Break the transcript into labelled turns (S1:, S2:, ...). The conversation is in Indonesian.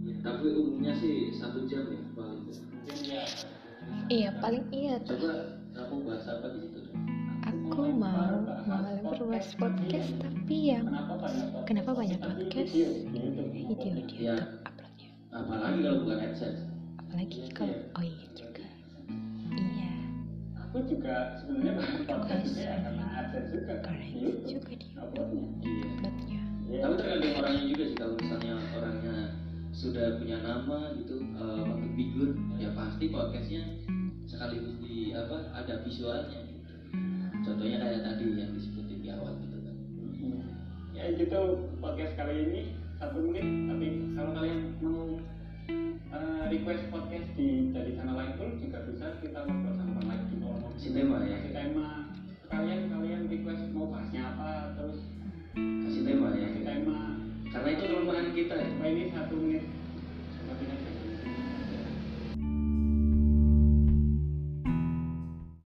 S1: minimumnya Iya, sih satu jam ya paling
S2: Iya, paling iya tuh.
S1: coba kamu bahas apa di situ tuh?
S2: Aku mau memperluas podcast tapi yang kenapa banyak podcast video
S1: Ya.
S2: dia untuk uploadnya.
S1: apalagi kalau bukan adsense
S2: Apalagi kalau oh iya juga. Iya,
S3: Aku juga sebenarnya bukan podcast juga ya, karena adsense juga kan
S2: keren
S3: di YouTube
S2: juga dia
S3: uploadnya.
S1: iya
S2: uploadnya.
S3: Ya,
S1: tapi tergantung orangnya juga sih kalau misalnya orangnya sudah punya nama gitu eh, public figure ya pasti podcastnya sekaligus di apa ada visualnya gitu. contohnya kayak tadi yang disebutin di awal gitu kan
S3: ya gitu podcast kali ini satu menit. Tapi kalau kalian mau eh, request podcast di dari sana lain pun juga bisa kita ngobrol sama orang lain di kolom
S1: Kasih tema ya?
S3: Kasih tema kalian kalian request mau bahasnya apa terus
S1: kasih tema ya
S3: kasih tema
S1: karena itu kelemahan kita ya
S3: apa ini satu menit